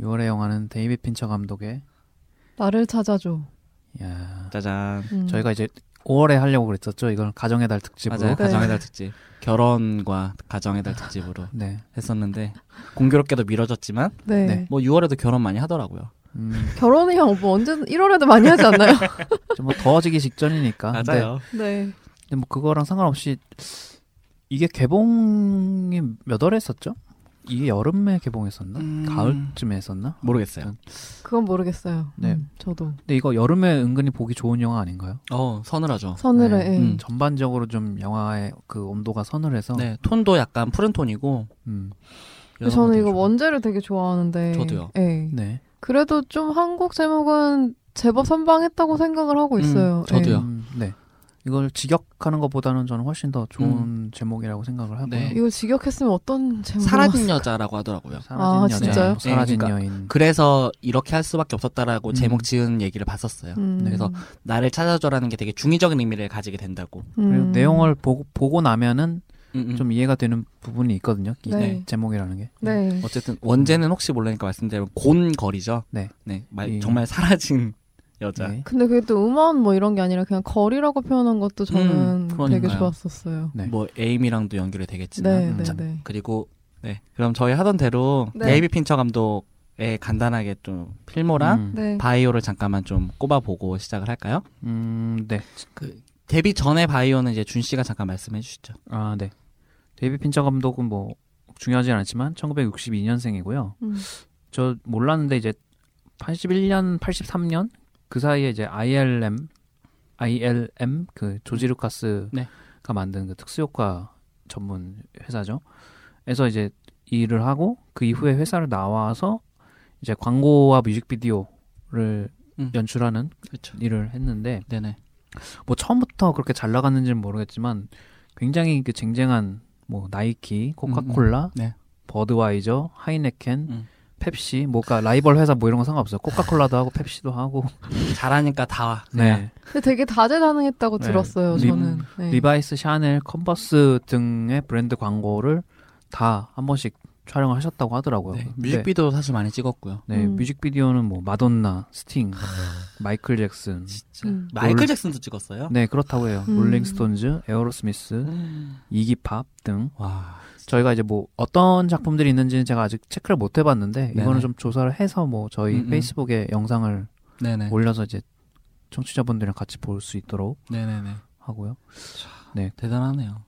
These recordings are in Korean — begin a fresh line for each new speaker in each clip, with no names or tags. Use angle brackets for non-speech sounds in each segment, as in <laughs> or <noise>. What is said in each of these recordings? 6월의 영화는 데이빗 핀처 감독의
나를 찾아줘.
야
짜잔.
음.
저희가 이제 5월에 하려고 그랬었죠. 이걸 가정의 달 특집으로.
맞아요.
네.
가정의 달 특집. 결혼과 가정의 달 특집으로
네.
했었는데 공교롭게도 미뤄졌지만
네.
네.
뭐 6월에도 결혼 많이 하더라고요.
음,
결혼이랑 뭐 언제 1월에도 많이 하지
<laughs>
않나요?
좀뭐 더워지기
아,
직전이니까. 근데
네.
근데 뭐 그거랑 상관없이 이게 개봉이 몇 월에 했었죠? 이게 여름에 개봉했었나?
음.
가을쯤에 했었나?
모르겠어요.
그건 모르겠어요.
네.
음, 저도.
근데 이거 여름에 은근히 보기 좋은 영화 아닌가요?
어, 서늘하죠.
서늘해.
네.
예.
음.
전반적으로 좀 영화의 그 온도가 서늘해서
네, 톤도 약간 푸른 톤이고.
음,
근데 저는 이거 원제를 되게 좋아하는데.
저도요.
예.
네.
그래도 좀 한국 제목은 제법 선방했다고 생각을 하고
음,
있어요. 예.
저도요.
음, 네. 이걸 직역하는 것보다는 저는 훨씬 더 좋은 제목이라고 생각을 하고요.
음. 네.
이거 직역했으면 어떤 제목?
사라진 여자라고 하더라고요.
사라진
아,
여자,
진짜요?
뭐 사라진
네, 그러니까
여인.
그래서 이렇게 할 수밖에 없었다라고
음.
제목 지은 얘기를 봤었어요.
음.
네, 그래서 나를 찾아줘라는 게 되게 중의적인 의미를 가지게 된다고.
그리고 내용을 보고, 보고 나면은
음, 음.
좀 이해가 되는 부분이 있거든요. 이
네.
제목이라는 게.
네.
어쨌든 원제는 혹시 모르니까 말씀드리면 곤거리죠.
네.
네, 말-
이-
정말 사라진 여자.
네.
근데 그게 또 음원 뭐 이런 게 아니라 그냥 거리라고 표현한 것도 저는
음,
되게
그러니까요.
좋았었어요.
네.
뭐 에임이랑도 연결이 되겠지만
네, 네,
자,
네.
그리고 네 그럼 저희 하던 대로
네.
데이비 핀처 감독의 간단하게 좀 필모랑
음,
네.
바이오를 잠깐만 좀 꼽아보고 시작을 할까요?
음, 네.
그 데뷔 전에 바이오는 이제 준 씨가 잠깐 말씀해 주시죠.
아, 네. 데이비 핀처 감독은 뭐 중요하진 않지만 1962년생이고요.
음.
저 몰랐는데 이제 81년, 83년 그 사이에 이제 ILM, ILM 그 조지 루카스가
네.
만든 그 특수효과 전문 회사죠. 에서 이제 일을 하고 그 이후에
음.
회사를 나와서 이제 광고와 뮤직비디오를
음.
연출하는
그렇죠.
일을 했는데
네네.
뭐 처음부터 그렇게 잘 나갔는지는 모르겠지만 굉장히 그 쟁쟁한 뭐 나이키, 코카콜라,
네.
버드와이저, 하이네켄,
음.
펩시, 뭐 그러니까 라이벌 회사 뭐 이런 거 상관없어요. 코카콜라도 하고 펩시도
<laughs>
하고.
잘하니까 다.
네.
근데 되게 다재다능했다고
네.
들었어요.
리-
저는. 네.
리바이스, 샤넬, 컨버스 등의 브랜드 광고를 다 한 번씩 촬영을 하셨다고 하더라고요.
네.
근데
뮤직비디오도 사실 많이 찍었고요.
네,
음.
뮤직비디오는 뭐 마돈나,
<laughs>
스팅, 마이클 잭슨.
진짜.
음.
마이클
롤-
잭슨도 찍었어요.
네, 그렇다고 해요.
음.
롤링스톤즈,
음.
에어로스미스, 이기팝 등
와.
저희가 이제 뭐 어떤 작품들이 있는지는 제가 아직 체크를 못 해봤는데 이거는
네네.
좀 조사를 해서 뭐 저희
음, 음.
페이스북에 영상을
네네.
올려서 이제 청취자분들이랑 같이 볼 수 있도록
네네네.
하고요.
대단하네요.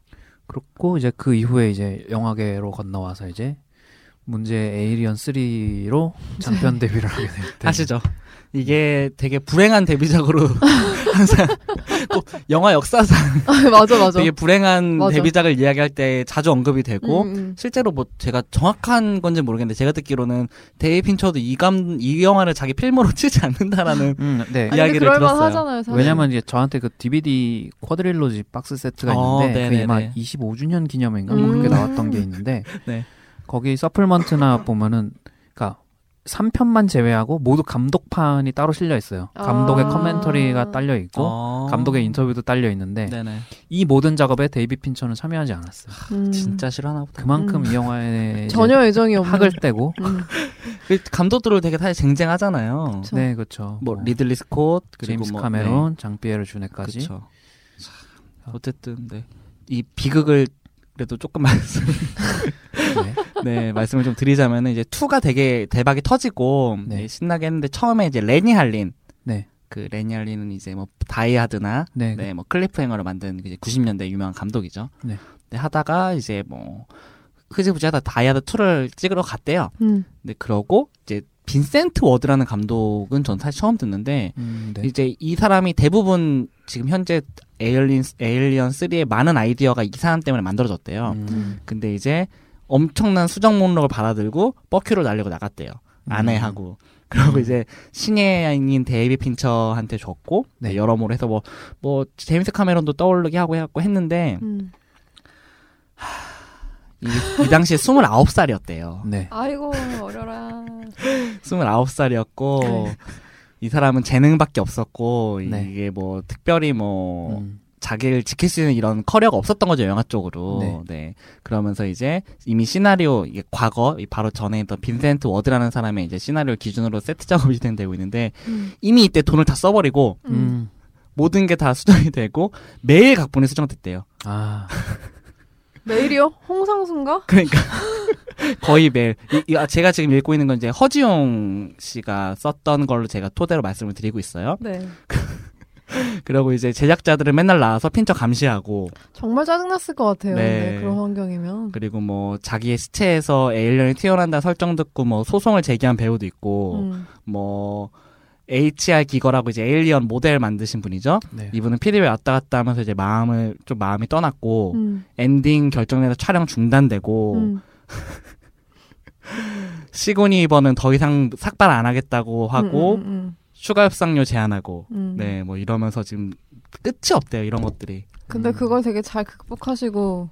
그렇고 이제 그 이후에 이제 영화계로 건너와서 이제 문제 에이리언
<laughs>
3로 장편 데뷔를 하게 돼요.
아시죠? 이게 되게 불행한 데뷔작으로 <laughs> 항상 또 영화 역사상
아, <laughs> 맞아 맞아.
되게 불행한
맞아.
데뷔작을 이야기할 때 자주 언급이 되고
음, 음.
실제로 뭐 제가 정확한 건지 모르겠는데 제가 듣기로는 데이 핀처도 이감 이 영화를 자기 필모로 <laughs> 치지
<laughs>
않는다라는
음, 네.
아니, 근데
이야기를
그럴만
들었어요.
하잖아요. 사실.
왜냐면 이제 저한테 그 DVD 쿼드릴로지 박스 세트가
어,
있는데 그게
네네네.
아마 25주년 기념인가 뭐
음.
그렇게 나왔던 게 있는데
<laughs> 네.
거기 서플먼트나 보면은 그러니까 3편만 제외하고 모두 감독판이 따로 실려 있어요. 감독의
아.
커멘터리가 딸려 있고
어.
감독의 인터뷰도 딸려 있는데
네네
이 모든 작업에 데이비 핀처는 참여하지 않았어요.
음.
진짜 싫어하나 보다.
그만큼
음.
이 영화에 이제
<laughs> 전혀 애정이 없는.
학을 떼고
음.
그 감독들은 되게 사실 쟁쟁하잖아요.
그쵸.
네 그렇죠.
뭐 리들리 스콧 그리고
제임스
뭐,
카메론, 장피에르 주네까지.
그렇죠. 어쨌든 네. 이 비극을 그래도 조금 말씀
네.
<laughs> 네, 말씀을 좀 드리자면 이제 2가 되게 대박이 터지고
네.
예, 신나게 했는데 처음에 이제 레니 할린
네.
그 레니 할린은 이제 뭐 다이하드나
네.
네, 뭐 클리프행어를 만든 이제 90년대 유명한 감독이죠.
네.
근데 하다가 이제 뭐 흐지부지 하다 다이아드 2를 찍으러 갔대요.
음.
근데 그러고 이제 빈센트 워드라는 감독은 전 사실 처음 듣는데
음, 네.
이제 이 사람이 대부분 지금 현재 에일리언 에일리언 3의 많은 아이디어가 이 사람 때문에 만들어졌대요.
음,
근데 이제 엄청난 수정 목록을 받아들고 버큐를 날려고 나갔대요. 아내하고. 그리고
음.
이제 신예인 데이비 핀처한테 줬고
네.
여러모로 해서 뭐, 뭐 제임스 카메론도 떠오르게 하고 해갖고 했는데
음.
이, 이 당시에 29살이었대요.
네.
아이고 어려라.
29살이었고
네.
이 사람은 재능밖에 없었고
네.
이게 뭐 특별히 뭐
음,
자기를 지킬 수 있는 이런 커리어가 없었던 거죠 영화 쪽으로.
네.
네. 그러면서 이제 이미 시나리오 이게 과거 이 바로 전에 있던 빈센트 워드라는 사람의 이제 시나리오 기준으로 세트 작업이 진행되고 있는데
음.
이미 이때 돈을 다 써버리고
음.
음.
모든 게 다 수정이 되고 매일 각본이 수정됐대요.
아.
매일이요? 홍상수인가?
그러니까 거의 매일 이, 이- 아, 제가 지금 읽고 있는 건 이제 허지용 씨가 썼던 걸로 제가 토대로 말씀을 드리고 있어요.
네.
그리고 이제 제작자들은 맨날 나와서 핀처 감시하고
정말 짜증났을 것 같아요.
네.
네, 그런 환경이면.
그리고 뭐 자기의 시체에서 에일리언이 튀어난다 설정 듣고 뭐 소송을 제기한 배우도 있고
음.
뭐 HR 기거라고 이제 에일리언 모델 만드신 분이죠.
네.
이분은 피디웨이 왔다 갔다 하면서 이제 마음을 좀 마음이 떠났고
음.
엔딩 결정에서 촬영 중단되고
음.
시고니 이번은 더 이상 삭발 안 하겠다고 하고
음, 음,
추가 협상료 제한하고
음, 음.
네 뭐 이러면서 지금 끝이 없대요 이런 것들이
근데
음.
그걸 되게 잘 극복하시고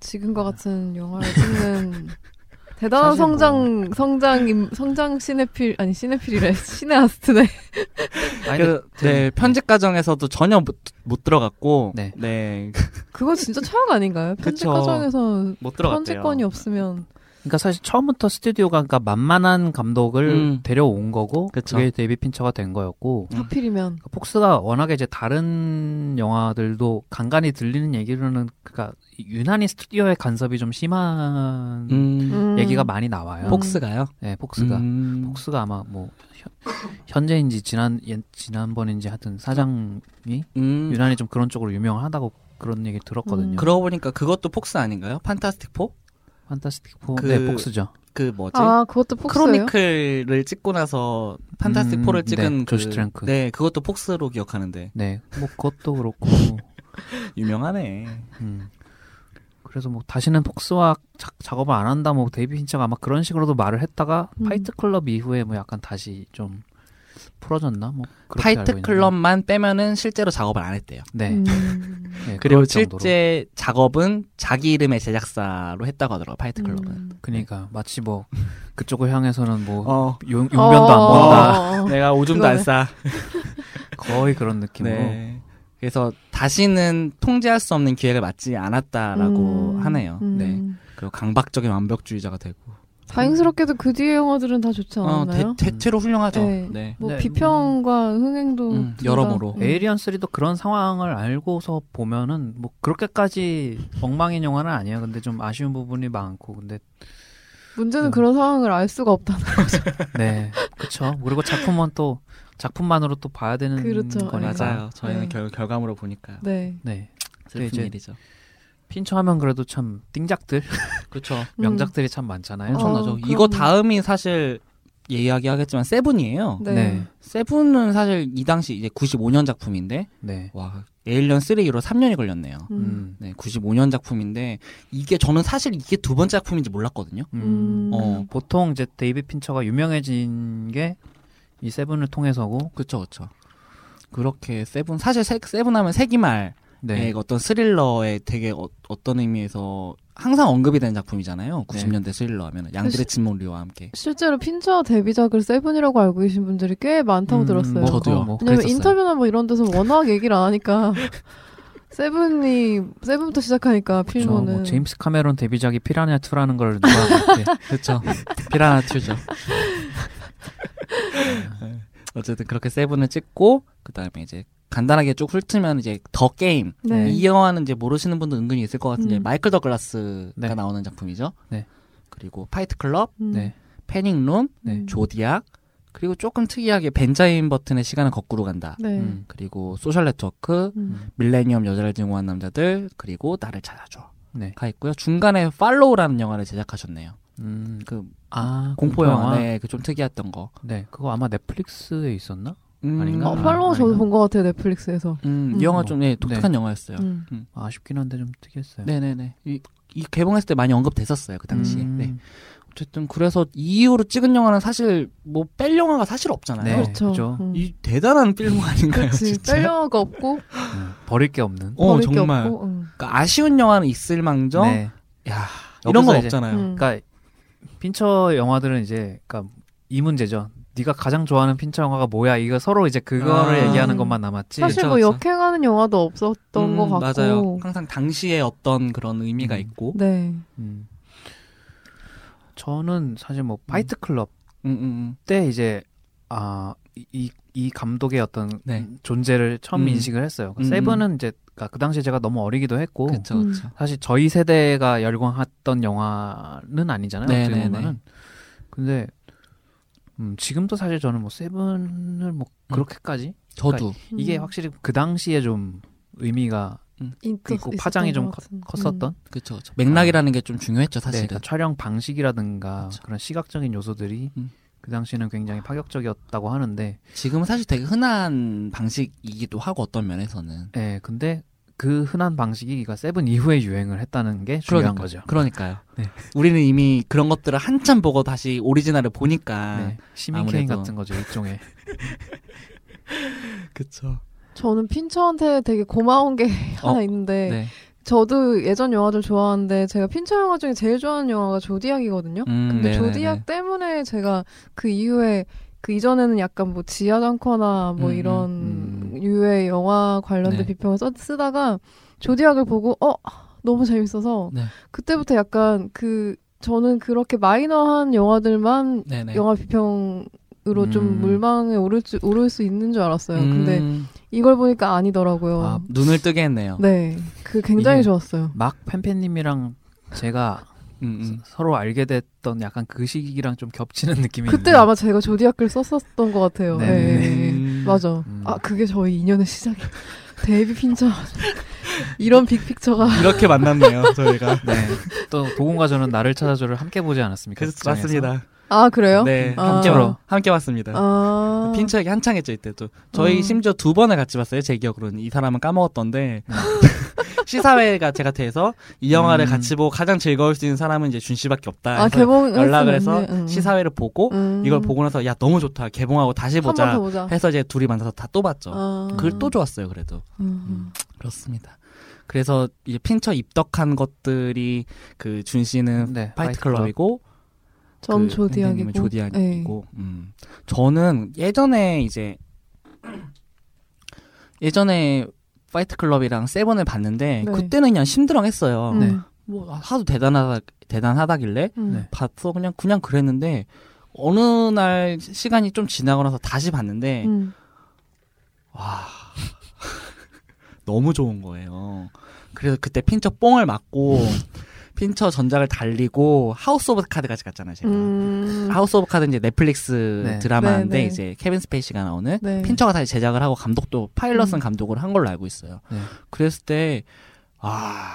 지금과 같은
<laughs>
영화를 찍는 대단한
사실 뭐-
성장 성장 임- 성장 시네필 아니 시네필이래 <laughs> 시네아스트네.
아니,
그래서
재밌-
네 편집 과정에서도 전혀 못, 못 들어갔고
네.
네.
그거 진짜 최악 아닌가요? 편집
그쵸.
과정에서
<laughs> 못 들어갔대요
편집권이 없으면
그러니까 사실 처음부터 스튜디오가 그러니까 만만한 감독을
음.
데려온 거고
그쵸.
그게 데이비 핀처가 된 거였고
음.
하필이면
그러니까 폭스가 워낙에 이제 다른 영화들도 간간히 들리는 얘기로는 그러니까 유난히 스튜디오의 간섭이 좀 심한
음,
음.
얘기가 많이 나와요.
폭-
폭스가요
네, 폭스가
음.
폭스가 아마 뭐 현, 재인지 지난 예- 지난번인지 하여튼 사장이
음.
유난히 좀 그런 쪽으로 유명하다고 그런 얘기 들었거든요.
음.
그러고 보니까 그것도 폭스 아닌가요 판타스틱 4그
판타스틱 포
그-
네, 폭스죠.
뭐지
아 그것도 폭스예요?
크로니클을 찍고 나서 판타스틱
음,
4를 찍은
네,
그,
조시 트랭크.
네 그것도 폭스로 기억하는데
네. 뭐 그것도
<laughs>
그렇고
유명하네
음. 그래서 뭐 다시는 폭스와 작- 작업을 안 한다 뭐 데이비 핀처가 아마 그런 식으로도 말을 했다가
음.
파이트 클럽 이후에 뭐 약간 다시 좀 풀어졌나 뭐 그렇게 알고
파이트
있는데.
클럽만 빼면은 실제로 작업을 안 했대요
네,
음.
네,
그리고
그럴 정도로.
실제 작업은 자기 이름의 제작사로 했다고 하더라고요 파이트 클럽은
음.
그러니까 마치 뭐 그쪽을 향해서는 뭐
어
용, 용변도 안
어,
본다
어, 어, 어.
내가 오줌도
<laughs>
그거네.
안싸
거의 그런 느낌으로
네. 그래서 다시는 통제할 수 없는 기회를 맞지 않았다라고
음,
하네요.
음.
네. 그리고 강박적인 완벽주의자가 되고.
다행스럽게도 그 뒤에 영화들은 다 좋지
어,
않았나요?
대, 체로 훌륭하죠.
네.
네.
뭐
네,
비평과 흥행도
음,
둘 다-
여러모로.
음.
에이리언 3도 그런 상황을 알고서 보면은 뭐 그렇게까지 엉망인 영화는 아니야 근데 좀 아쉬운 부분이 많고 근데
문제는
네.
음.
그런 상황을 알 수가 없다.
네, 그렇죠. 그리고 작품은 또 작품만으로 또 봐야 되는
그렇죠.
거니까.
맞아요. 저희는
네.
결, 결과물로 보니까
네.
네,
슬픈
이제-
일이죠.
핀처하면 그래도 참 띵작들
그렇죠.
명작들이 참 많잖아요.
엄청나죠.
음. 어,
이거
그럼요.
다음이 사실 예, 이야기하겠지만 세븐이에요.
<laughs> 네.
네.
세븐은 사실 이 당시 이제 95년 작품인데
네,
와 에일리언 3로 3년이 걸렸네요.
음.
음,
네, 95년 작품인데 이게 저는 사실 이게 두 번째 작품인지 몰랐거든요.
음.
음.
어,
보통 이제 데이비 핀처가 유명해진 게 이 세븐을 통해서고,
그렇죠, 그렇죠. 그렇게 세븐 사실 세, 세븐 하면 세기말의
네,
어떤 스릴러의 되게 어, 떤 의미에서 항상 언급이 되는 작품이잖아요. 90년대 스릴러 하면 양들의 침몰리와 함께.
실제로 핀처 데뷔작을 세븐이라고 알고 계신 분들이 꽤 많다고
음,
들었어요.
뭐
저도요.
그거 뭐
왜냐면
그랬었어요.
인터뷰나 뭐 이런 데서 워낙 얘기를 안 하니까 <laughs> 세븐이 세븐부터 시작하니까
그렇죠.
필모는
뭐 제임스 카메론 데뷔작이 피라냐 2라는 걸 누가 이렇게
<laughs> 그렇죠. 피라나 튜죠. 어쨌든 그렇게 세븐을 찍고 그다음에 이제 간단하게 쭉 훑으면 이제 더 게임
네.
이 영화는 이제 모르시는 분도 은근히 있을 것 같은데
음.
마이클 더글라스가
네.
나오는 작품이죠.
네.
그리고 파이트 클럽,
음.
네,
패닝룸,
네.
조디악 그리고 조금 특이하게 벤자민 버튼의 시간은 거꾸로 간다.
네.
음.
그리고 소셜 네트워크,
음.
밀레니엄 여자를 증오한 남자들, 그리고 나를 찾아줘가
네,
있고요. 중간에 팔로우라는 영화를 제작하셨네요.
음,
그
아
공포 영화, 네, 그 좀 특이했던 거.
네, 그거 아마 넷플릭스에 있었나?
음,
아닌가?
어,
아,
팔로우 저도
아닌가?
본 것 같아요 넷플릭스에서.
음,
음.
이 영화 좀 예, 독특한 영화였어요.
음.
아쉽긴 한데 좀 특이했어요.
네네네. 이, 이 개봉했을 때 많이 언급됐었어요 그 당시에.
음.
네. 어쨌든 그래서 이 이후로 찍은 영화는 사실 뭐 뺄 영화가 사실
네,
없잖아요.
그렇죠.
그죠.
음.
이 대단한 필모 아닌가요,
그렇지.
<laughs> 진짜?
짤려가 없고
음, 버릴 게 없는.
어
버릴 게
정말.
없고, 음.
그러니까 아쉬운 영화는 있을망정
네. 그러니까
야 이런 건 아, 음,
여기서 이제- 음,
없잖아요.
음.
그러니까 핀처 영화들은 이제 그러니까 이 문제죠. 네가 가장 좋아하는 핀처 영화가 뭐야? 이거 서로 이제 그거를
아.
얘기하는 것만 남았지.
사실 뭐
그쵸.
역행하는 영화도 없었던
음,
것 같고.
맞아요. 항상 당시에 어떤 그런 의미가
음.
있고.
네.
음. 저는 사실 뭐 파이트 클럽
음, 음, 음.
때 이제 아 이 이 감독의 어떤
네.
존재를 처음
음.
인식을 했어요.
음.
세븐은 이제 그러니까 그 당시에 제가 너무 어리기도 했고
그렇죠,
음.
그렇죠.
사실 저희 세대가 열광했던 영화는 아니잖아요.
네,
어떻게
네,
보면은. 근데 음, 지금도 사실 저는 뭐 세븐을 뭐
음.
그렇게까지
저도
이게
음.
확실히 그 당시에 좀 의미가 네,
있었-
있고 파장이
있었던
좀
것 같은.
컸었던
음.
그렇죠, 그렇죠. 맥락이라는 게 좀 중요했죠,
네,
사실은.
그러니까 촬영 방식이라든가
그쵸.
그런 시각적인 요소들이
그렇죠. 음.
그 당시에는 굉장히 파격적이었다고 하는데,
지금은 사실 되게 흔한 방식이기도 하고 어떤 면에서는.
예, 근데 그 흔한 방식이 그러니까 세븐 이후에 유행을 했다는 게 중요한
그러니까-
거죠.
그러니까요.
네.
우리는 이미 그런 것들을 한참 보고 다시 오리지널을 보니까.
네, 시민 케인
아, 아무래도.
같은 거죠 일종의.
그렇죠.
저는 핀처한테 되게 고마운 게 <laughs>
어?
하나 있는데
네.
저도 예전 영화들 좋아하는데 제가 핀처 영화 중에 제일 좋아하는 영화가 조디악이거든요.
음,
어? 근데
네네네.
조디악 때문에 제가 그 이후에 그 이전에는 약간 뭐 지하장커나 뭐
음,
이런
음.
유의 영화 관련된
네.
비평을 써, 쓰다가 조디악을 보고 어 너무 재밌어서
네.
그때부터 약간 그 저는 그렇게 마이너한 영화들만
네네. 음,
영화 비평으로
음.
좀 물망에 오를 줄 오를 수 있는 줄 알았어요. 근데
음,
이걸 보니까 아니더라고요.
아, 눈을 뜨게 했네요.
네, 그 굉장히
이게-
좋았어요.
막 팬팬님이랑 제가
음, 음.
서, 로 알게 됐던 약간 그 시기랑 좀 겹치는 느낌이.
그때
있네요.
아마 제가 조디악을 썼었던 것 같아요.
네.
네.
음.
맞아.
음.
아 그게 저희 인연의 시작이에요. 데이비 핀처 <laughs> 이런 빅픽처가
이렇게 <laughs> 만났네요, 저희가.
네. 또 도공과 저는 나를 찾아줘를 함께 보지 않았습니까?
그래서
극장에서?
맞습니다.
아 그래요?
네,
아.
함께 와- 함께 왔습니다.
아
핀처 얘기 한창 했죠 이때도 저희
어.
심지어 두 번을 같이 봤어요 제 기억으로는 이 사람은 까먹었던데
네.
<laughs> 시사회가 제가 돼서 이 영화를
음.
같이 보고 가장 즐거울 수 있는 사람은 이제 준 씨밖에 없다
아 네, 음.
해서
개봉
연락을 해서 시사회를 보고 이걸 보고 나서 야 너무 좋다 개봉하고 다시
음. 한번
보자
더 보자.
해서 이제 둘이 만나서 다 또 봤죠
아,
그걸 또 좋았어요 그래도
음.
그렇습니다 그래서 이제 핀처 입덕한 것들이 그 준 씨는
네.
파이트클럽이고
전
그
음. 조디악이고 네.
선생님은 조디악이고 음. 저는 예전에 이제 예전에 파이트 클럽이랑 세븐을 봤는데
네.
그때는 그냥 심드렁했어요.
네.
뭐 하도 대단하다 대단하다길래
음.
네.
봤어 그냥 그냥 그랬는데 어느 날 시- 시간이 좀 지나고 나서 다시 봤는데
음.
와 <laughs> 너무 좋은 거예요. 그래서 그때 핀처 뽕을 맞고 핀처 전작을 달리고 하우스 오브 카드까지 갔잖아요. 제가.
음.
하우스 오브 카드 이제 넷플릭스
네.
드라마인데
네, 네.
이제 케빈 스페이시가 나오는
네.
핀처가 다시 제작을 하고 감독도 파일럿은
음.
감독을 한 걸로 알고 있어요.
네.
그랬을 때 아,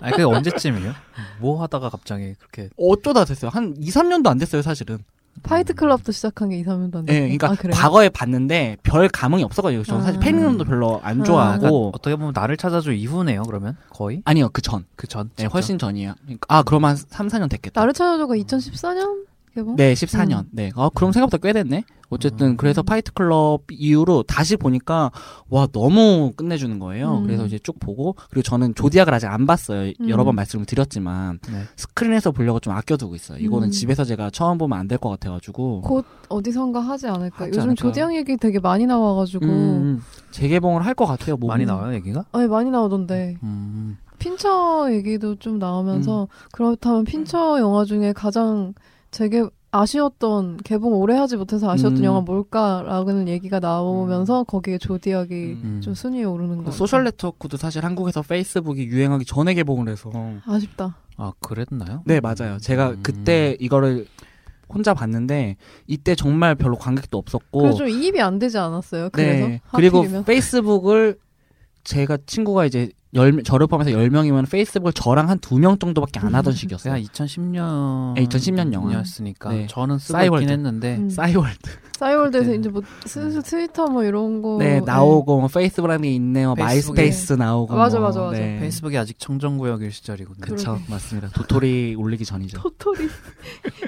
아니 그게 언제쯤이에요? 뭐 하다가 갑자기 그렇게
음,
어쩌다 됐어요. 한 2, 3년도 안 됐어요, 사실은.
파이트 클럽도 시작한 게 2, 3년도 안
예,
됐어요.
그러니까
아, 그래요?
과거에 봤는데 별 감흥이 없었거든요. 저는 사실
아.
페미넘도 별로 안
아.
약간
좋아하고
어떻게 보면 나를 찾아줘 이후네요. 그러면 거의
아니요, 그 전.
그 전.
네,
직접?
훨씬 전이에요. 그러니까 아, 그럼 한 3, 4년 됐겠다.
나를 찾아줘가 2014년 뭐? 개봉?
네, 14년.
음.
네. 아, 그럼 생각보다 꽤 됐네. 어쨌든
아.
음.
그래서 파이트 클럽 이후로 다시 보니까 와 너무 끝내주는 거예요.
음.
그래서 이제 쭉 보고 그리고 저는 조디악을 아직 안 봤어요.
음.
여러 번 말씀을 드렸지만
네.
스크린에서 보려고 좀 아껴두고 있어요. 이거는
음.
집에서 제가 처음 보면 안 될 것 같아가지고.
곧 어디선가 하지 않을까.
하지
요즘
않을까.
조디앙 얘기 되게 많이 나와가지고.
음, 음. 재개봉을 할 것 같아요. 몸은.
음.
많이 나와요 얘기가?
아니, 많이 나오던데.
음.
핀처 얘기도 좀
음.
나오면서, 그렇다면 핀처 영화 중에 가장 제게 아쉬웠던, 개봉 오래 하지 못해서 아쉬웠던
음.
영화 뭘까라는 얘기가 나오면서 거기에 조디악이
음.
어, 좀 순위에 오르는
그
거.
소셜 네트워크도 사실 한국에서 페이스북이 유행하기 전에 개봉을 해서.
아쉽다.
아 그랬나요?
네 맞아요. 제가
음.
그때 이거를 혼자 봤는데 이때 정말 별로 관객도 없었고. 네.
그래서 좀 이입이 안 되지 않았어요. 그래서.
그리고
하필이면.
페이스북을 제가 친구가 이제 열 저를 포함해서 열명이면 페이스북을 저랑 한 두 명 정도밖에 안 하던
제가
시기였어요.
2010년
네, 2010년 영화.
으니까
네.
저는 쓰고
싸이월드.
있긴 했는데
음.
싸이월드.
싸이월드에서
그때는-
이제 뭐,
네.
슬슬 트위터 뭐 이런 거.
네, 나오고 뭐 페이스북이라는 게 있네요.
페이스북에-
마이스페이스 나오고.
아, 맞아,
뭐,
맞아, 맞아.
네.
페이스북이 아직 청정구역일 시절이거든요.
그쵸.
그렇죠. 맞습니다. 도토리
<laughs>
올리기 전이죠.
토토리.
네.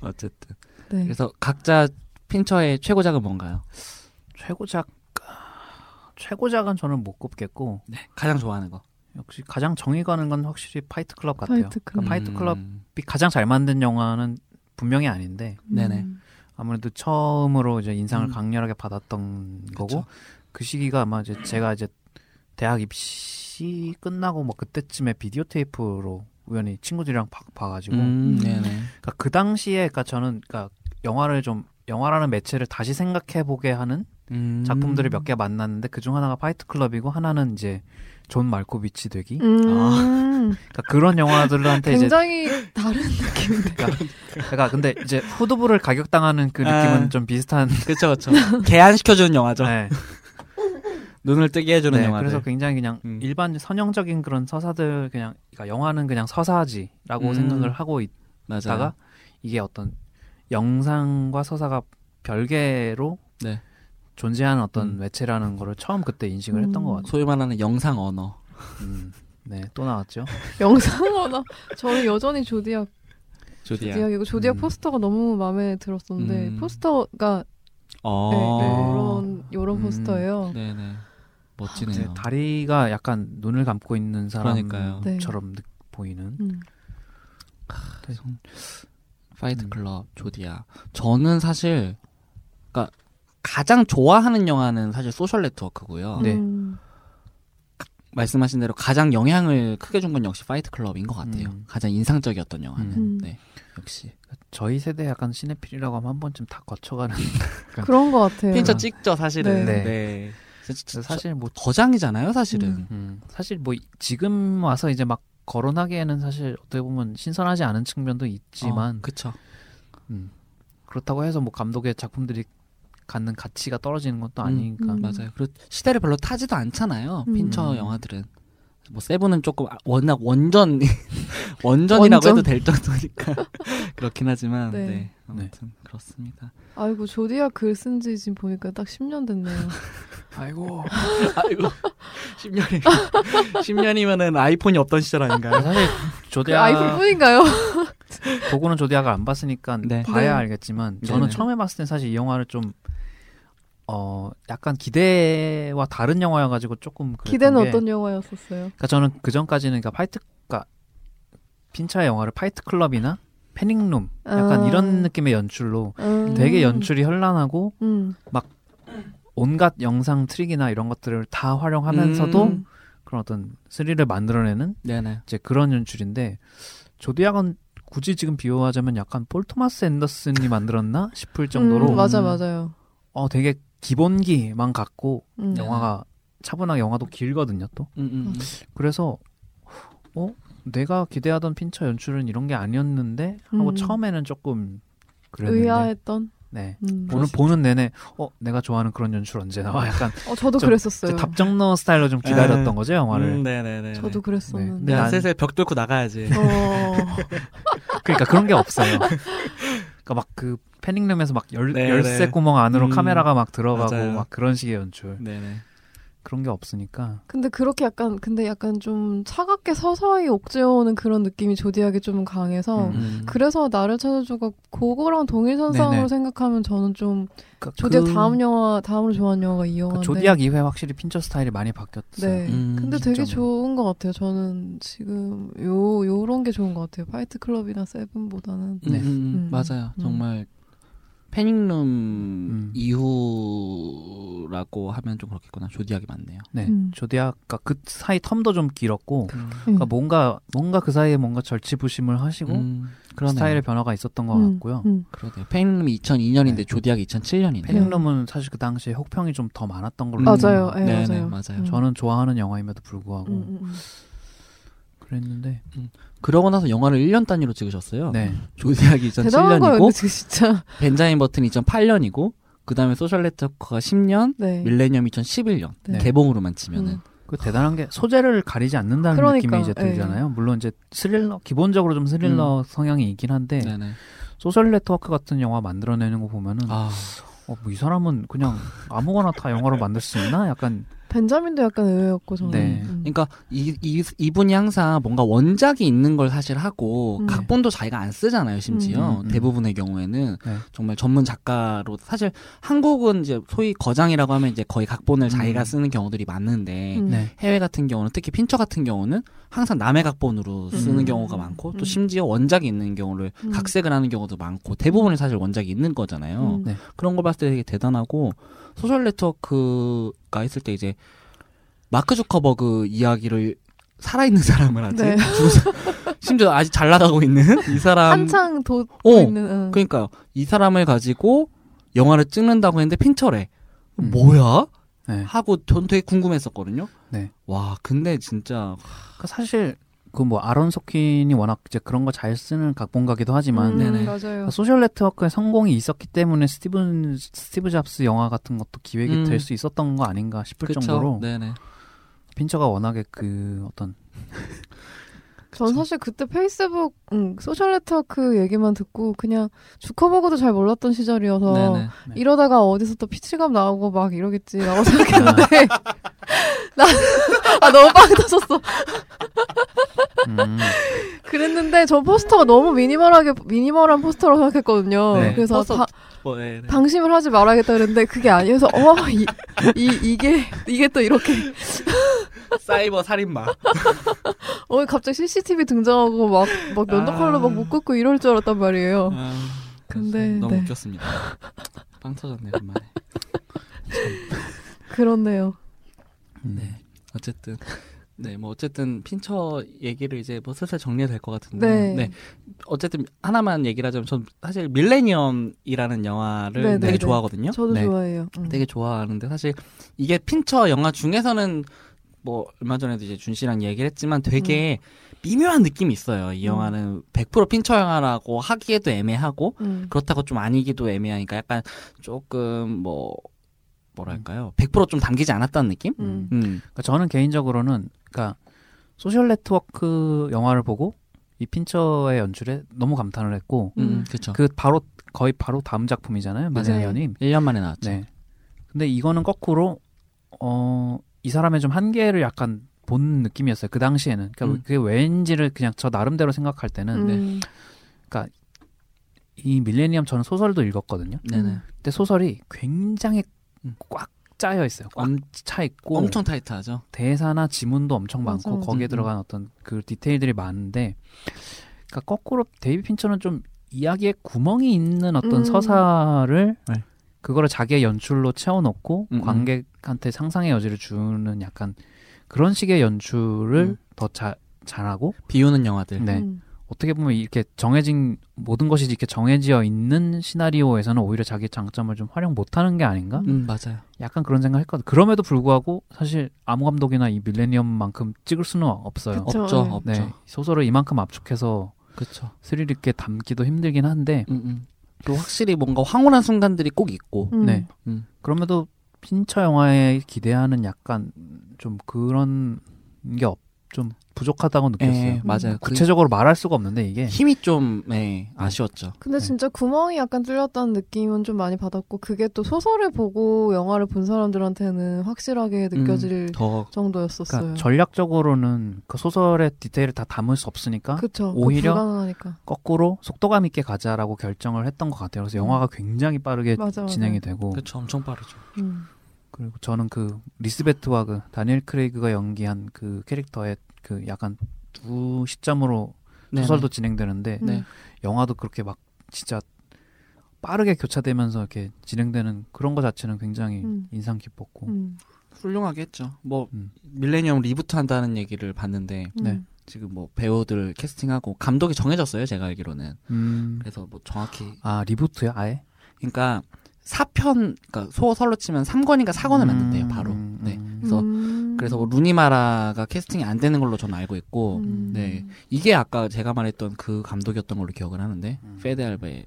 어쨌든.
네.
그래서 각자 핀처의 최고작은 뭔가요?
최고작 최고작은 저는 못 꼽겠고
가장 좋아하는 거.
역시 가장 정이 가는 건 확실히 파이트 클럽 같아요.
그 파이트 클럽.
그러니까 파이트
음.
클럽이 가장 잘 만든 영화는 분명히 아닌데
네네.
음.
아무래도 처음으로 이제 인상을
음.
강렬하게 받았던 거고
그쵸.
그 시기가 아마 이제 제가 이제 대학 입시 끝나고 뭐 그때쯤에 비디오 테이프로 우연히 친구들이랑 봐, 봐가지고
음,
음.
네네.
그러니까 그 당시에 그러니까 저는 그러니까 영화를 좀 영화라는 매체를 다시 생각해 보게 하는
음.
작품들을 몇 개 만났는데 그중 하나가 파이트 클럽이고 하나는 이제 존 말코비치 되기
음,
그러니까 <laughs> 그런 영화들한테 이제
굉장히
<laughs>
다른 느낌인데.
그러니까 근데 이제 후두부를 가격당하는 그 느낌은
아.
좀 비슷한
그쵸 <laughs> 그쵸. 개안시켜주는 영화죠.
네.
눈을 뜨게 해주는
네,
영화.
그래서 굉장히 그냥
음.
일반 선형적인 그런 서사들 그냥 그러니까 영화는 그냥 서사지라고
음.
생각을 하고
맞아요.
있다가 이게 어떤 영상과 서사가 별개로
네.
존재하는 어떤
음.
매체라는 거를 처음 그때 인식을 했던
음.
것 같아요.
소위 말하는 영상 언어.
음. 네, 또 나왔죠.
영상어나 저는 여전히 조디악
조디야.
조디악이고 조디악
음.
포스터가 너무 마음에 들었었는데
음.
포스터가
어.
네, 이런 이런
음.
포스터예요.
네네.
이제
멋지네요.
아, 다리가 약간 눈을 감고 있는
그러니까요.
사람처럼
네.
느- 보이는.
음.
성- 파이트
음.
클럽 조디야. 저는 사실 그러니까 가장 좋아하는 영화는 사실 소셜 네트워크고요.
네.
음.
말씀하신 대로 가장 영향을 크게 준 건 역시 파이트 클럽인 것 같아요.
음.
가장 인상적이었던 영화는
음.
네. 역시
저희 세대 약간 시네필이라고 하면 한 번쯤 다 거쳐가는.
그런 것 같아요.
핀처
핀처 찍죠 사실은.
네.
사실
사실 뭐
거장이잖아요 사실은.
음.
음, 사실 뭐 이- 지금 와서 이제 막 거론하기에는 사실 어떻게 보면 신선하지 않은 측면도 있지만
어, 그쵸.
음, 그렇다고 해서 뭐 감독의 작품들이 갖는 가치가 떨어지는 것도
음,
아니니까
음.
맞아요. 그리고 시대를 별로 타지도 않잖아요.
음.
핀처 영화들은. 뭐 세븐은 조금 아- 워낙 원전 <laughs> 원전이라고
원전.
해도 될 정도니까 <laughs> 그렇긴 하지만 네,
네.
아무튼 그렇습니다.
아이고 조디악 글 쓴 지 지금 보니까 딱 10년
<laughs>
됐네요.
아이고
<laughs> 아이고 10년이 <laughs> 10년이면은 아이폰이 없던 시절 아닌가요?
사실
음.
그
조대학
아이폰뿐인가요?
보고는 조대학을 안 봤으니까
네.
봐야
네.
알겠지만 저는
네네.
처음에 봤을 때 사실 이 영화를 좀 어, 약간 기대와 다른 영화여가지고 조금 그랬던
기대는
게
어떤 영화였었어요?
그러니까 저는 그 전까지는 그러니까 파이트 그러니까 핀차의 영화를 파이트 클럽이나 패닝룸 약간
아.
이런 느낌의 연출로
음.
되게 연출이 현란하고
음.
온갖 영상 트릭이나 이런 것들을 다 활용하면서도
음.
그런 어떤 스릴을 만들어내는
네네.
이제 그런 연출인데 조디악은 굳이 지금 비유하자면 약간 폴 토마스 앤더슨이 만들었나 싶을 정도로
음, 맞아 맞아요.
어 되게 기본기만 갖고
음.
영화가 차분하게 영화도 길거든요 또
음, 음, 음.
그래서 어 내가 기대하던 핀처 연출은 이런 게 아니었는데 하고
음.
처음에는 조금 그랬는데
의아했던.
네
음.
보는 보는 내내 어 내가 좋아하는 그런 연출 언제 나와
<laughs>
약간
어 저도
저-
그랬었어요.
이제 답정너 스타일로 좀 기다렸던 거죠 영화를
음, 네네네.
저도
네,
그랬었는데.
근데 난-
벽 뚫고
<laughs>
나가야지.
어.
그러니까 그런 게 없어요 그러니까 막 그 패닝룸에서 막 열,
네,
열쇠
네.
구멍 안으로
음,
카메라가 막 들어가고
맞아요.
막 그런 식의 연출
네네.
그런 게 없으니까
근데 그렇게 약간 근데 약간 좀 차갑게 서서히 옥죄어오는 그런 느낌이 조디하게 좀 강해서
음.
그래서 나를 찾아줘가 그거랑 동일선상으로
네네.
생각하면 저는 좀
그러니까
조디악
그-
다음 영화 다음으로 좋아하는 영화가 이
그
영화인데
조디악 이후에 확실히 핀처 스타일이 많이 바뀌었어요 뭐.
네.
음,
근데 되게
시점이.
좋은 것 같아요. 저는 지금 요 요런 게 좋은 것 같아요. 파이트 클럽이나 세븐보다는
네.
음,
음.
음, 맞아요.
음.
정말 패닝룸
음.
이후라고 하면 좀 그렇겠구나. 조디하기 맞네요.
네,
음.
조디악 그러니까 그 사이 텀도 좀 길었고
음.
그러니까 뭔가 뭔가 그 사이에 뭔가 절치부심을 하시고
음, 그러네요.
스타일의 변화가 있었던 것
음,
같고요.
음.
그러네요. 패닝룸이 2002년인데
네.
조디하기 2007년이네요.
패닝룸은 사실 그 당시에 혹평이 좀 더 많았던 걸로
맞아요.
기억해요.
예,
음. 네네,
맞아요.
맞아요.
음.
저는 좋아하는 영화임에도 불구하고
음, 음, 음.
그랬는데
그러고 나서 영화를 1년 단위로 찍으셨어요.
네
조디하기
대단한 거예요,
2007년이고
지금 진짜. <laughs>
벤자민 버튼 2008년이고 그다음에 소셜 네트워크가 10년,
네.
밀레니엄 2011년
네.
개봉으로만 치면은
음.
그 대단한 게 소재를 가리지 않는다는
그러니까,
느낌이 이제
예.
들잖아요. 물론 이제 스릴러 기본적으로 좀 스릴러 성향이 있긴 한데
음. 네네.
소셜 네트워크 같은 영화 만들어내는 뭐 거 보면은
아,
어, 뭐이 사람은 그냥 아무거나 다 영화로 만들 수 있나? 약간
벤자민도 약간 의외였고 저는.
네.
음.
그러니까 이, 이, 이분이 항상 뭔가 원작이 있는 걸 사실 하고
음.
각본도 자기가 안 쓰잖아요
음,
심지어
음.
대부분의 경우에는
네.
정말 전문 작가로 사실 한국은 이제 소위 거장이라고 하면 이제 거의 각본을 자기가
음.
쓰는 경우들이 많은데
음.
네.
해외 같은 경우는 특히 핀처 같은 경우는 항상 남의 각본으로 쓰는
음.
경우가 많고 또
음.
심지어 원작이 있는 경우를
음.
각색을 하는 경우도 많고 대부분은 사실 원작이 있는 거잖아요.
음.
네.
그런 걸 봤을 때 되게 대단하고 소셜 네트워크가 있을 때 이제 마크 주커버그 이야기를 살아있는 사람을 아직
네.
<laughs> 심지어 아직 잘 나가고 있는 이 사람
한창 도,
어,
있는. 음. 응.
그러니까요 이 사람을 가지고 영화를 찍는다고 했는데 핀철에
음.
뭐야
네.
하고 전 되게 궁금했었거든요.
네.
와 근데 진짜
그러니까 사실 그 뭐 아론 소킨이 워낙 이제 그런 거 잘 쓰는 각본가기도 하지만
음,
네네.
맞아요.
그러니까 소셜 네트워크의 성공이 있었기 때문에 스티븐 스티브 잡스 영화 같은 것도 기획이
음.
될 수 있었던 거 아닌가 싶을
그쵸?
정도로
네네.
핀처가 워낙에 그
<laughs>
어떤
전 사실 그때 페이스북 음, 소셜 네트워크 얘기만 듣고 그냥 주커버그도 잘 몰랐던 시절이어서
네네.
네.
이러다가 어디서 또 피치감 나오고 막 이러겠지라고 <laughs> 생각했는데
아.
나아 너무 빵 터졌어.
음,
그랬는데 전 포스터가 너무 미니멀하게 미니멀한 포스터로 생각했거든요.
네.
그래서
포스터.
다-
뭐, 네네.
방심을 하지 말아야겠다 그랬는데 그게 아니어서 어이 이, 이게 이게 또 이렇게
사이버 살인마.
어 갑자기 CCTV 등장하고 막 막 면도칼로
아.
막못 긋고 이럴 줄 알았단 말이에요.
아,
근데,
그래서 너무
네.
웃겼습니다. 빵 터졌네 그만에.
그렇네요.
음.
네. 어쨌든 네 뭐 어쨌든 핀처 얘기를 이제 뭐 슬슬 정리가 될 것 같은데
네.
어쨌든 하나만 얘기를 하자면 전 사실 밀레니엄이라는 영화를
네,
되게
네,
좋아하거든요.
저도
네.
좋아해요. 음.
되게 좋아하는데 사실 이게 핀처 영화 중에서는 뭐 얼마 전에도 이제 준 씨랑 얘기를 했지만 되게 미묘한 느낌이 있어요. 이
음.
영화는 100% 핀처 영화라고 하기에도 애매하고
음.
그렇다고 좀 아니기도 애매하니까 약간 조금 뭐 뭐랄까요 100%좀 담기지 않았다는 느낌?
음.
음.
그러니까 저는 개인적으로는 그러니까 소셜 네트워크 영화를 보고 이 핀처의 연출에 너무 감탄을 했고
음,
음.
그렇죠.
그 바로 거의 바로 다음 작품이잖아요
맞아요.
미세연님
1년 만에 나왔죠.
네. 근데 이거는 거꾸로 어, 이 사람의 좀 한계를 약간 본 느낌이었어요. 그 당시에는. 그러니까
음.
그게 왠지를 그냥 저 나름대로 생각할 때는
음.
이 밀레니엄 저는 소설도 읽었거든요.
네네.
근데 소설이 굉장히
음.
꽉 짜여 있어요. 꽉
엄,
차 있고
엄청 타이트하죠.
대사나 지문도 엄청
맞아,
많고
맞아.
거기에
음.
들어간 어떤 그 디테일들이 많은데 그러니까 거꾸로 데이비 핀처는 좀 이야기에 구멍이 있는 어떤
음.
서사를
네.
그거를 자기의 연출로 채워넣고
음, 음.
관객한테 상상의 여지를 주는 약간 그런 식의 연출을
음.
더 자, 잘하고
비오는 영화들.
네.
음.
어떻게 보면 이렇게 정해진 모든 것이 이렇게 정해지어 있는 시나리오에서는 오히려 자기 장점을 좀 활용 못하는 게 아닌가?
음 맞아요.
약간 그런 생각 했거든. 그럼에도 불구하고 사실 아무 감독이나 이 밀레니엄만큼 찍을 수는 없어요.
그쵸. 그렇죠.
없죠,
네.
없죠.
네, 소설을 이만큼 압축해서
그렇죠.
스릴 있게 담기도 힘들긴 한데
음, 음. 또 확실히 뭔가 황홀한 순간들이 꼭 있고.
음.
네.
음.
그럼에도 핀처 영화에 기대하는 약간 좀 그런 게 좀 부족하다고 느꼈어요.
예, 맞아요. 그
구체적으로 말할 수가 없는데 이게
힘이 좀 예, 아쉬웠죠.
근데
네.
진짜 구멍이 약간 뚫렸다는 느낌은 좀 많이 받았고 그게 또 소설을 보고 영화를 본 사람들한테는 확실하게 느껴질
음, 더
정도였었어요.
그러니까 전략적으로는 그 소설의 디테일을 다 담을 수 없으니까
그쵸. 그
오히려
불가능하니까.
거꾸로 속도감 있게 가자라고 결정을 했던 것 같아요. 그래서
음.
영화가 굉장히 빠르게
맞아, 맞아.
진행이 되고
그렇죠. 엄청 빠르죠.
음.
그리고 저는 그 리스베트와 그 다니엘 크레이그가 연기한 그 캐릭터의 그 약간 두 시점으로 소설도 진행되는데
네.
영화도 그렇게 막 진짜 빠르게 교차되면서 이렇게 진행되는 그런 거 자체는 굉장히
음.
인상
네.
깊었고
음.
훌륭하게 했죠. 뭐
음.
밀레니엄 리부트 한다는 얘기를 봤는데
음.
네.
지금 뭐 배우들 캐스팅하고 감독이 정해졌어요. 제가 알기로는.
음.
그래서 뭐 정확히
아 리부트야 아예
그러니까 사편 그러니까 소설로 치면 3권인가 4권을 만든대요.
음,
바로.
음,
네.
음.
그래서-
음.
그래서 뭐 루니마라가 캐스팅이 안 되는 걸로 저는 알고 있고
음.
네. 이게 아까 제가 말했던 그 감독이었던 걸로 기억을 하는데
음.
페데 알베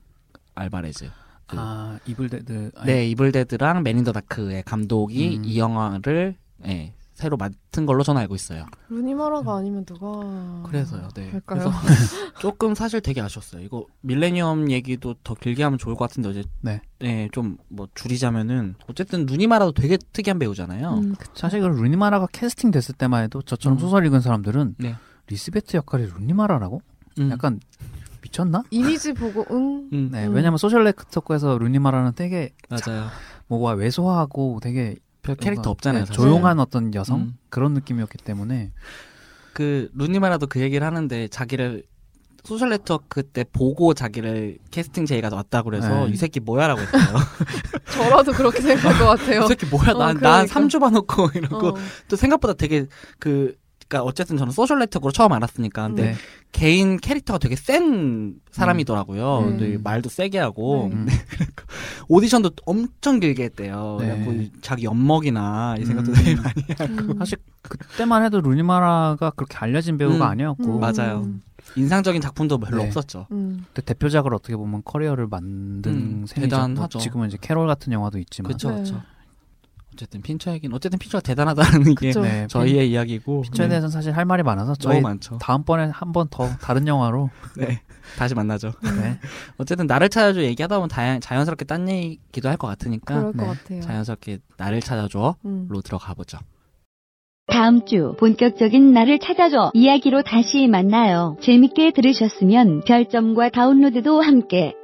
알바레즈. 그-
아 이블데드 아니,
네, 이블데드랑 맨인 더 다크의 감독이
음.
이 영화를 예, 새로 맡은 걸로 저는 알고 있어요.
루니마라가 아니면 누가
음. 그래서요. 네.
할까요?
그래서 <laughs> 조금 사실 되게 아쉬웠어요. 이거 밀레니엄 얘기도 더 길게 하면 좋을 것 같은데 어제
네.
좀 뭐 줄이자면은 어쨌든 누니마라도 되게 특이한 배우잖아요.
음, 그쵸.
사실 그 루니마라가 캐스팅 됐을 때만 해도 저처럼
음.
소설 읽은 사람들은
네.
리스베트 역할이 루니마라라고?
음.
약간 미쳤나?
<laughs> 이미지 보고 응
음,
네,
음.
왜냐면 소셜네트워크에서 루니마라는 되게
맞아요.
뭐가 왜소하고 되게
별 캐릭터
뭔가,
없잖아요.
네,
사실.
조용한 어떤 여성
음.
그런 느낌이었기 때문에
그 루니마라도 그 얘기를 하는데 자기를 소셜 네트워크 때 보고 자기를 캐스팅 제의가 왔다고 그래서
네.
이 새끼
<laughs>
뭐야라고 했어요.
저라도 그렇게 생각할 것
<laughs>
같아요.
이 새끼 뭐야?
어,
난
그러니까.
난 3주 봐놓고 <laughs> 이러고
어.
또 생각보다 되게 그 그러니까 어쨌든 저는 소셜 네트워크로 처음 알았으니까 근데
네.
개인 캐릭터가 되게 센 사람이더라고요.
음.
되게 말도 세게 하고
네.
음.
오디션도 엄청 길게 했대요.
네.
그래갖고 이 자기 엿먹이나 이 생각도
음.
되게 <laughs> 많이 하고
음.
사실 그때만 해도 루니마라가 그렇게 알려진 배우가
음.
아니었고
음.
맞아요. 인상적인 작품도 별로
네.
없었죠.
음.
그때 대표작을 어떻게 보면 커리어를 만든
음,
셈이죠.
대단하죠.
뭐 지금은 이제 캐롤 같은 영화도 있지만
그렇죠,
네.
그렇죠. 어쨌든 핀처 얘기는 어쨌든 핀처가 대단하다는 게
그쵸.
네,
저희의 이야기고 네.
피처에 대해서는 사실 할 말이 많아서
너무
저희
많죠.
다음번에 한 번 더 다른 영화로
<laughs> 네. 다시 만나죠.
네.
어쨌든 나를 찾아줘 얘기하다 보면 다양, 자연스럽게 딴 얘기도 할 것 같으니까
그럴
네.
것 같아요.
그러니까, 자연스럽게 나를 찾아줘로
음.
들어가 보죠.
다음 주 본격적인 나를 찾아줘 이야기로 다시 만나요. 재밌게 들으셨으면 별점과 다운로드도 함께